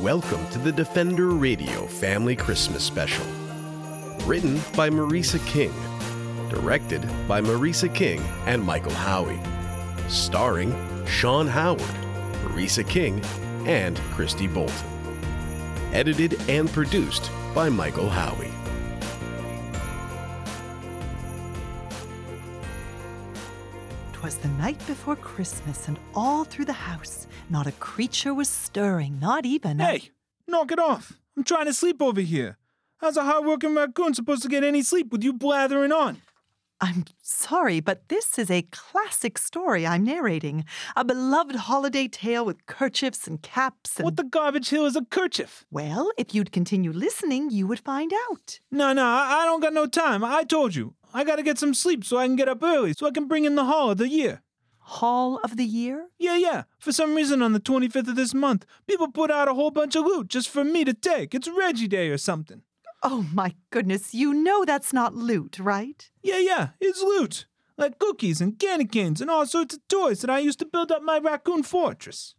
Welcome to the Defender Radio Family Christmas Special. Written by Marisa King. Directed by Marisa King and Michael Howie. Starring Sean Howard, Marisa King, and Christy Bolton. Edited and produced by Michael Howie. Twas the night before Christmas, and all through the house, not a creature was stirring, not even a- Hey, knock it off. I'm trying to sleep over here. How's a hardworking raccoon supposed to get any sleep with you blathering on? I'm sorry, but this is a classic story I'm narrating. A beloved holiday tale with kerchiefs and caps and. What the garbage hill is a kerchief? well, if you'd continue listening, you would find out. No, no, I, I don't got no time. I told you. I gotta get some sleep so I can get up early so I can bring in the haul of the year. Hall of the Year? Yeah, yeah. For some reason, on the 25th of this month, people put out a whole bunch of loot just for me to take. It's Reggie Day or something. Oh my goodness, you know that's not loot, right? Yeah, yeah, it's loot. Like cookies and candy canes and all sorts of toys that I used to build up my raccoon fortress.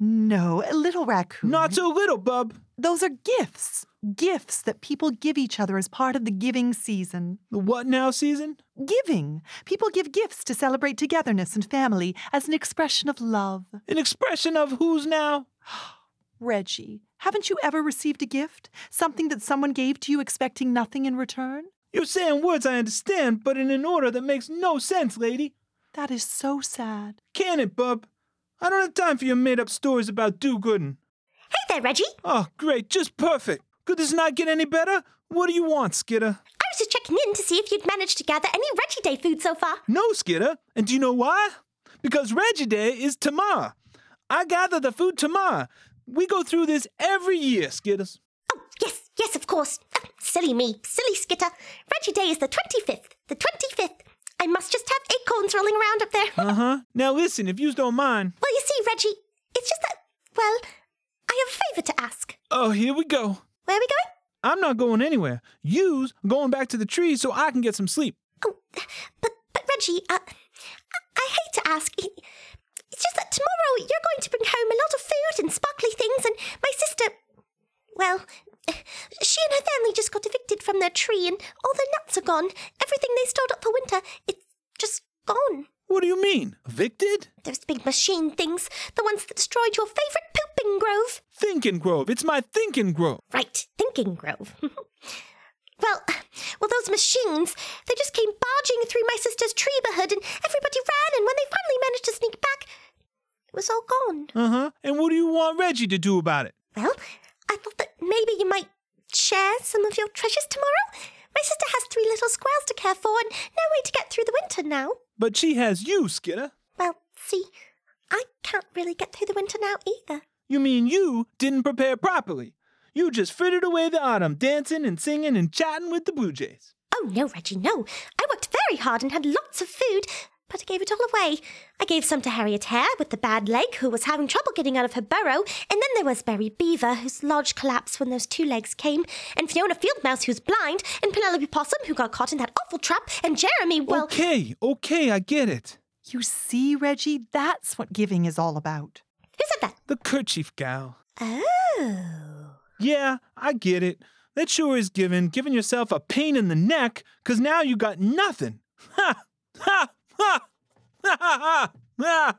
No, a little raccoon. Not so little, bub. Those are gifts. Gifts that people give each other as part of the giving season. The what now season? Giving. People give gifts to celebrate togetherness and family as an expression of love. An expression of who's now? Reggie, haven't you ever received a gift? Something that someone gave to you expecting nothing in return? You're saying words I understand, but in an order that makes no sense, lady. That is so sad. Can it, bub? I don't have time for your made up stories about do goodin'. Hey there, Reggie. I Oh, great, just perfect. Could this not get any better? What do you want, Skitter? was just checking in to see if you'd managed to gather any Reggie Day food so far. No, Skitter. And do you know why? Because Reggie Day is tomorrow. I gather the food tomorrow. We go through this every year, Skitters. Oh, yes, yes, of course. Ah, silly me, silly Skitter. Reggie Day is the 25th, the 25th. I must just have acorns rolling around up there. Uh huh. Now listen, if you don't mind. Well, you see, Reggie, it's just that, well, I have a favor to ask. Oh, here we go. Where are we going? I'm not going anywhere. You's going back to the tree so I can get some sleep. Oh, but, but Reggie, uh, I, I hate to ask. It's just that tomorrow you're going to bring home a lot of food and sparkly things, and my sister, well, she and her family just got evicted from their tree, and all their nuts are gone. Everything they stored up for winter, it's just gone. What do you mean? Evicted? Those big machine things, the ones that destroyed your favorite pooping grove. Thinking Grove. It's my thinking grove. Right, thinking grove. well, well, those machines, they just came barging through my sister's treeberhood and everybody ran, and when they finally managed to sneak back, it was all gone. Uh huh. And what do you want Reggie to do about it? Well, I thought that maybe you might share some of your treasures tomorrow. My sister has three little squirrels to care for and no way to get through the winter now. But she has you, Skitter. Well, see, I can't really get through the winter now either. You mean you didn't prepare properly. You just frittered away the autumn dancing and singing and chatting with the Blue Jays. Oh, no, Reggie, no. I worked very hard and had lots of food, but I gave it all away. I gave some to Harriet Hare with the bad leg, who was having trouble getting out of her burrow, and then there was Berry Beaver, whose lodge collapsed when those two legs came, and Fiona Fieldmouse, who's blind, and Penelope Possum, who got caught in that awful trap, and Jeremy, well, okay, okay, I get it. You see, Reggie, that's what giving is all about. who said that? The kerchief gal. Oh. Yeah, I get it. That sure is giving, giving yourself a pain in the neck, 'cause now you got nothing. Ha! Ha! Ha! Ha! Ha! Ha!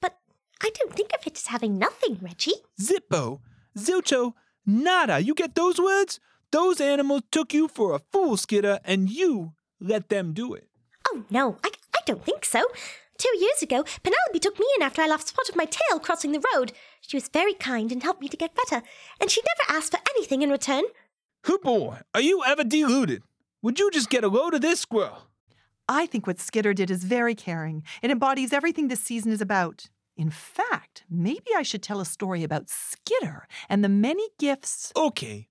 But I don't think of it as having nothing, Reggie. Zippo, Zilcho, Nada. You get those words? Those animals took you for a fool, Skitter, and you let them do it. Oh, no, I, I don't think so. Two years ago, Penelope took me in after I lost spot of my tail crossing the road. She was very kind and helped me to get better, and she never asked for anything in return. Hoo boy, are you ever deluded? Would you just get a load of this squirrel? I think what Skitter did is very caring. It embodies everything this season is about. In fact, maybe I should tell a story about Skitter and the many gifts. Okay,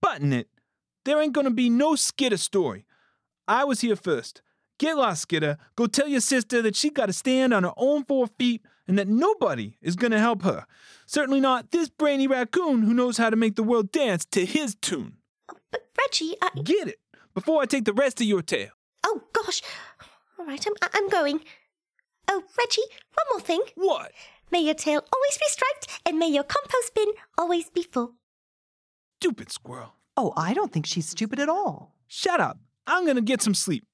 button it. There ain't gonna be no Skitter story. I was here first. Get lost, Skitter. Go tell your sister that she gotta stand on her own four feet and that nobody is gonna help her. Certainly not this brainy raccoon who knows how to make the world dance to his tune. But Reggie, I. Get it before I take the rest of your tail. Oh, gosh. All right, I'm, I- I'm going. Oh, Reggie, one more thing. What? May your tail always be striped, and may your compost bin always be full. Stupid squirrel. Oh, I don't think she's stupid at all. Shut up. I'm gonna get some sleep.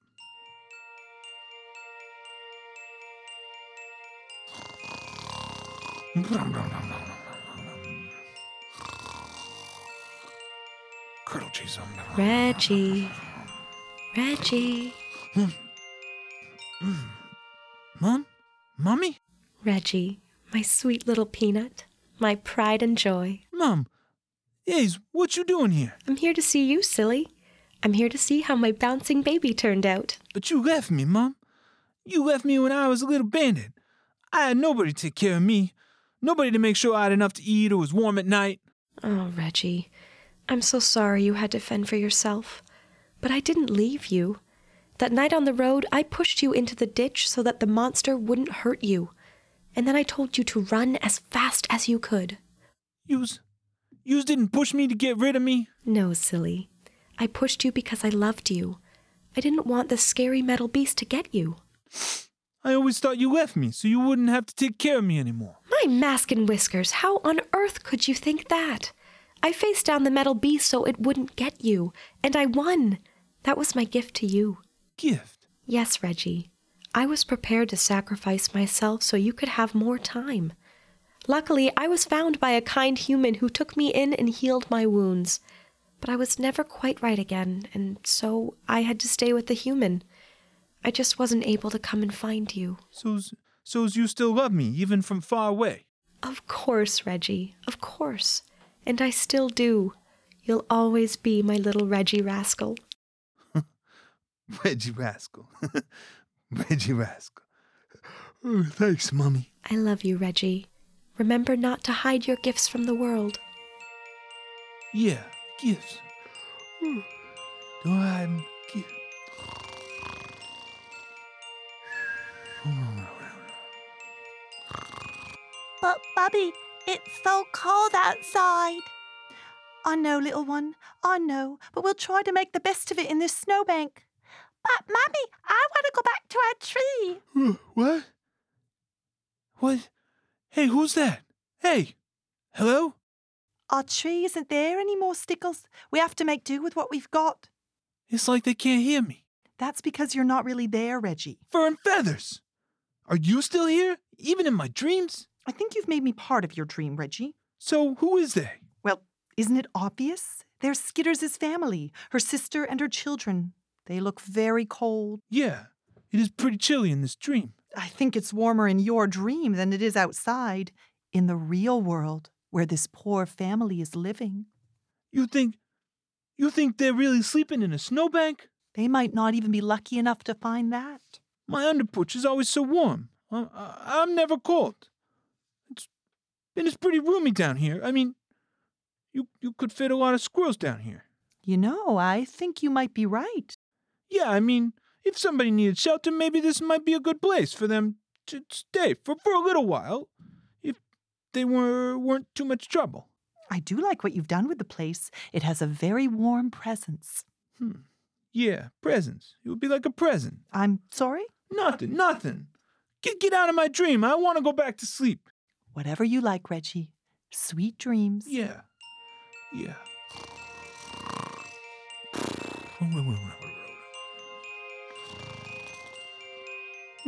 Curdle cheese. Reggie. Reggie. Mom? Mommy? Reggie, my sweet little peanut, my pride and joy. Mom? Ace, what you doing here? I'm here to see you, silly. I'm here to see how my bouncing baby turned out. But you left me, Mom. You left me when I was a little bandit. I had nobody to take care of me, nobody to make sure I had enough to eat or was warm at night. Oh, Reggie, I'm so sorry you had to fend for yourself. But I didn't leave you. That night on the road, I pushed you into the ditch so that the monster wouldn't hurt you. And then I told you to run as fast as you could. Yous, yous didn't push me to get rid of me. No, silly. I pushed you because I loved you. I didn't want this scary metal beast to get you. I always thought you left me so you wouldn't have to take care of me anymore. My mask and whiskers, how on earth could you think that? I faced down the metal beast so it wouldn't get you, and I won. That was my gift to you. Gift. Yes, Reggie. I was prepared to sacrifice myself so you could have more time. Luckily, I was found by a kind human who took me in and healed my wounds. But I was never quite right again, and so I had to stay with the human. I just wasn't able to come and find you. So's, so's you still love me, even from far away. Of course, Reggie, of course. And I still do. You'll always be my little Reggie rascal. Reggie Rascal. Reggie Rascal. Oh, thanks, Mommy. I love you, Reggie. Remember not to hide your gifts from the world. Yeah, gifts. Oh, Don't hide 'em. Gift. But, Bubby, it's so cold outside. I know, little one, I know, but we'll try to make the best of it in this snowbank. But, Mummy, I want to go back to our tree. Wh- oh, What? What? Hey, who's that? Hey. Hello? Our tree isn't there anymore, Stickles. We have to make do with what we've got. It's like they can't hear me. That's because you're not really there, Reggie. Fur and feathers. Are you still here? Even in my dreams? I think you've made me part of your dream, Reggie. So who is they? Well, isn't it obvious? They're Skidders' family, her sister and her children. They look very cold. Yeah, it is pretty chilly in this dream. I think it's warmer in your dream than it is outside, in the real world, where this poor family is living. You think you think they're really sleeping in a snowbank? They might not even be lucky enough to find that. My underpooch is always so warm. I, I, I'm never cold. It's and it's pretty roomy down here. I mean, you you could fit a lot of squirrels down here. You know, I think you might be right. Yeah, I mean, if somebody needed shelter, maybe this might be a good place for them to stay for, for a little while, if they were weren't too much trouble. I do like what you've done with the place. It has a very warm presence. Yeah, presents. It would be like a present. I'm sorry? Nothing, nothing. Get get out of my dream. I want to go back to sleep. Whatever you like, Reggie. Sweet dreams. Yeah. Yeah.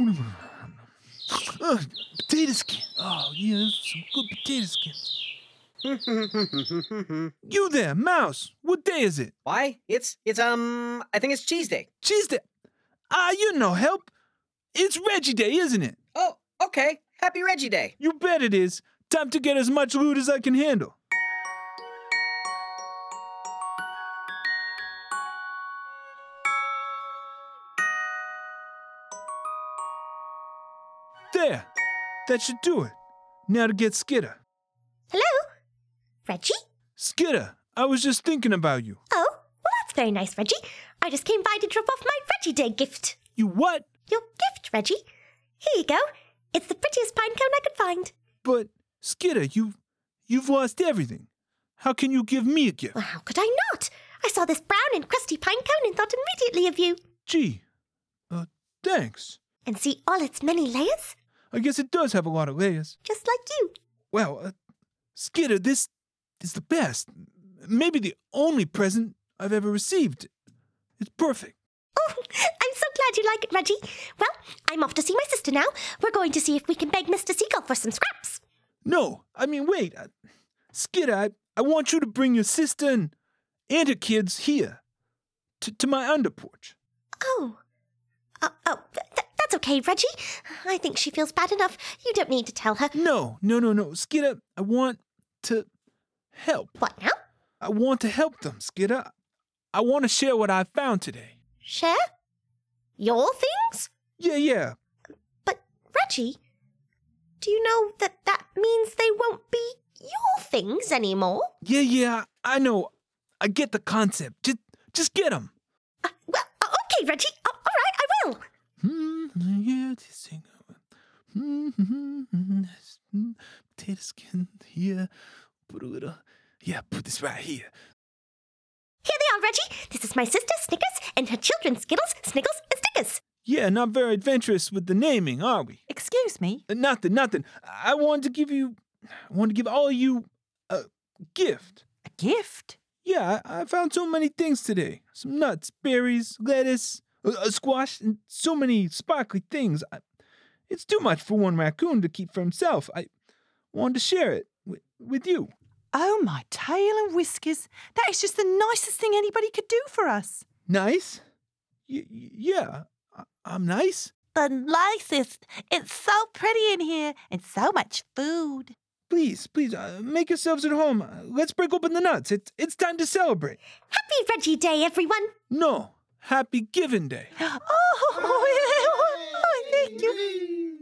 Oh, Ugh, potato skin. Oh, yeah, those are some good potato skins. you there, mouse. What day is it? Why? It's it's um I think it's cheese day. Cheese day. Ah, you no help. It's Reggie Day, isn't it? Oh, okay. Happy Reggie Day. You bet it is. Time to get as much loot as I can handle. There. That should do it. Now to get Skidder. Hello? Reggie? Skidder, I was just thinking about you. Oh, well, that's very nice, Reggie. I just came by to drop off my Reggie Day gift. You what? Your gift, Reggie. Here you go. It's the prettiest pine cone I could find. But Skidder, you you've lost everything. How can you give me a gift? Well, how could I not? I saw this brown and crusty pine cone and thought immediately of you. Gee. Uh, thanks. And see all its many layers? I guess it does have a lot of layers. Just like you. Wow, uh, Skitter, this is the best. Maybe the only present I've ever received. It's perfect. Oh, I'm so glad you like it, Reggie. Well, I'm off to see my sister now. We're going to see if we can beg Mr. Seagull for some scraps. No, I mean, wait. I, Skid, I, I want you to bring your sister and, and her kids here to, to my under porch. Oh. Oh, oh th- th- that's okay, Reggie. I think she feels bad enough. You don't need to tell her. No, no, no, no. Skidder, I want to help. What now? I want to help them, Skidder. I want to share what I found today. Share? Your things? Yeah, yeah. But, Reggie, do you know that that means they won't be your things anymore? Yeah, yeah. I know. I get the concept. Just, just get them. Uh, well, uh, okay, Reggie. Uh, all right, I will. Hmm, yeah, this thing. Hmm, hmm, hmm, hmm, potato skin here. Put a little. Yeah, put this right here. Here they are, Reggie. This is my sister, Snickers, and her children, Skittles, Snickles, and Stickers. Yeah, not very adventurous with the naming, are we? Excuse me. Uh, Nothing, nothing. I wanted to give you, I wanted to give all of you a gift. A gift? Yeah, I, I found so many things today some nuts, berries, lettuce, a, a squash, and so many sparkly things. I, it's too much for one raccoon to keep for himself. I wanted to share it with, with you. Oh, my tail and whiskers. That is just the nicest thing anybody could do for us. Nice? Y- y- yeah, I, I'm nice. The nicest. It's so pretty in here and so much food. Please, please, uh, make yourselves at home. Uh, let's break open the nuts. It's, it's time to celebrate. Happy Reggie Day, everyone. No, happy Giving Day. Oh, thank you.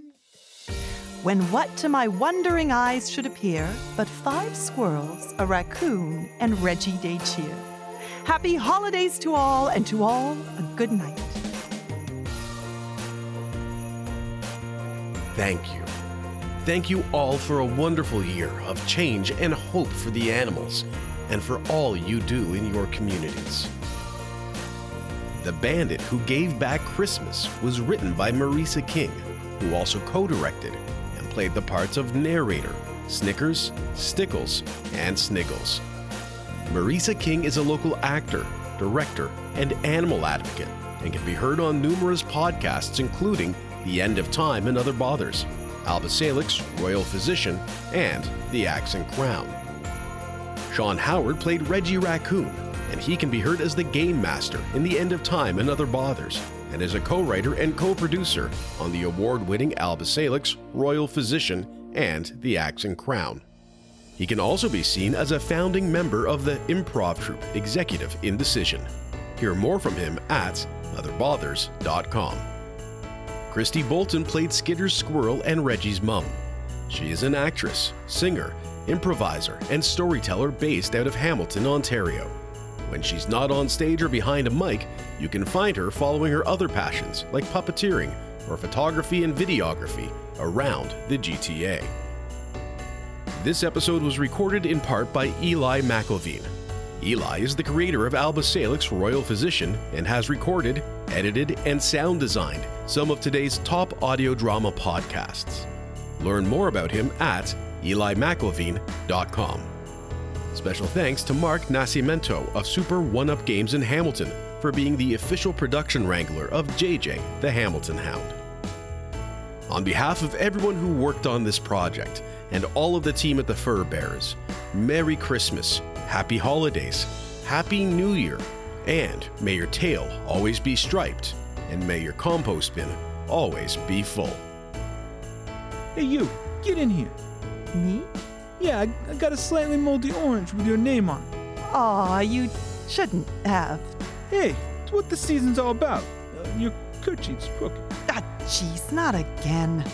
When what to my wondering eyes should appear but five squirrels, a raccoon, and Reggie Day cheer. Happy holidays to all, and to all a good night. Thank you. Thank you all for a wonderful year of change and hope for the animals and for all you do in your communities. The Bandit Who Gave Back Christmas was written by Marisa King, who also co directed and played the parts of narrator, Snickers, Stickles, and Sniggles. Marisa King is a local actor, director, and animal advocate and can be heard on numerous podcasts, including The End of Time and Other Bothers, Alba Salix, Royal Physician, and The Axe and Crown. Sean Howard played Reggie Raccoon, and he can be heard as the Game Master in The End of Time and Other Bothers, and is a co writer and co producer on the award winning Alba Salix, Royal Physician, and The Axe and Crown. He can also be seen as a founding member of the improv troupe Executive Indecision. Hear more from him at OtherBothers.com. Christy Bolton played Skitter's squirrel and Reggie's mum. She is an actress, singer, improviser, and storyteller based out of Hamilton, Ontario. When she's not on stage or behind a mic, you can find her following her other passions like puppeteering or photography and videography around the GTA. This episode was recorded in part by Eli McElveen. Eli is the creator of Alba Salix Royal Physician and has recorded, edited, and sound designed some of today's top audio drama podcasts. Learn more about him at elimcilveen.com. Special thanks to Mark Nascimento of Super One Up Games in Hamilton for being the official production wrangler of JJ the Hamilton Hound. On behalf of everyone who worked on this project and all of the team at the Fur Bearers, Merry Christmas, Happy Holidays, Happy New Year, and may your tail always be striped, and may your compost bin always be full. Hey, you, get in here. Me? Yeah, I, I got a slightly moldy orange with your name on it. Aw, you shouldn't have. Hey, it's what the season's all about. Uh, your kerchief's crooked. Ah, jeez, not again.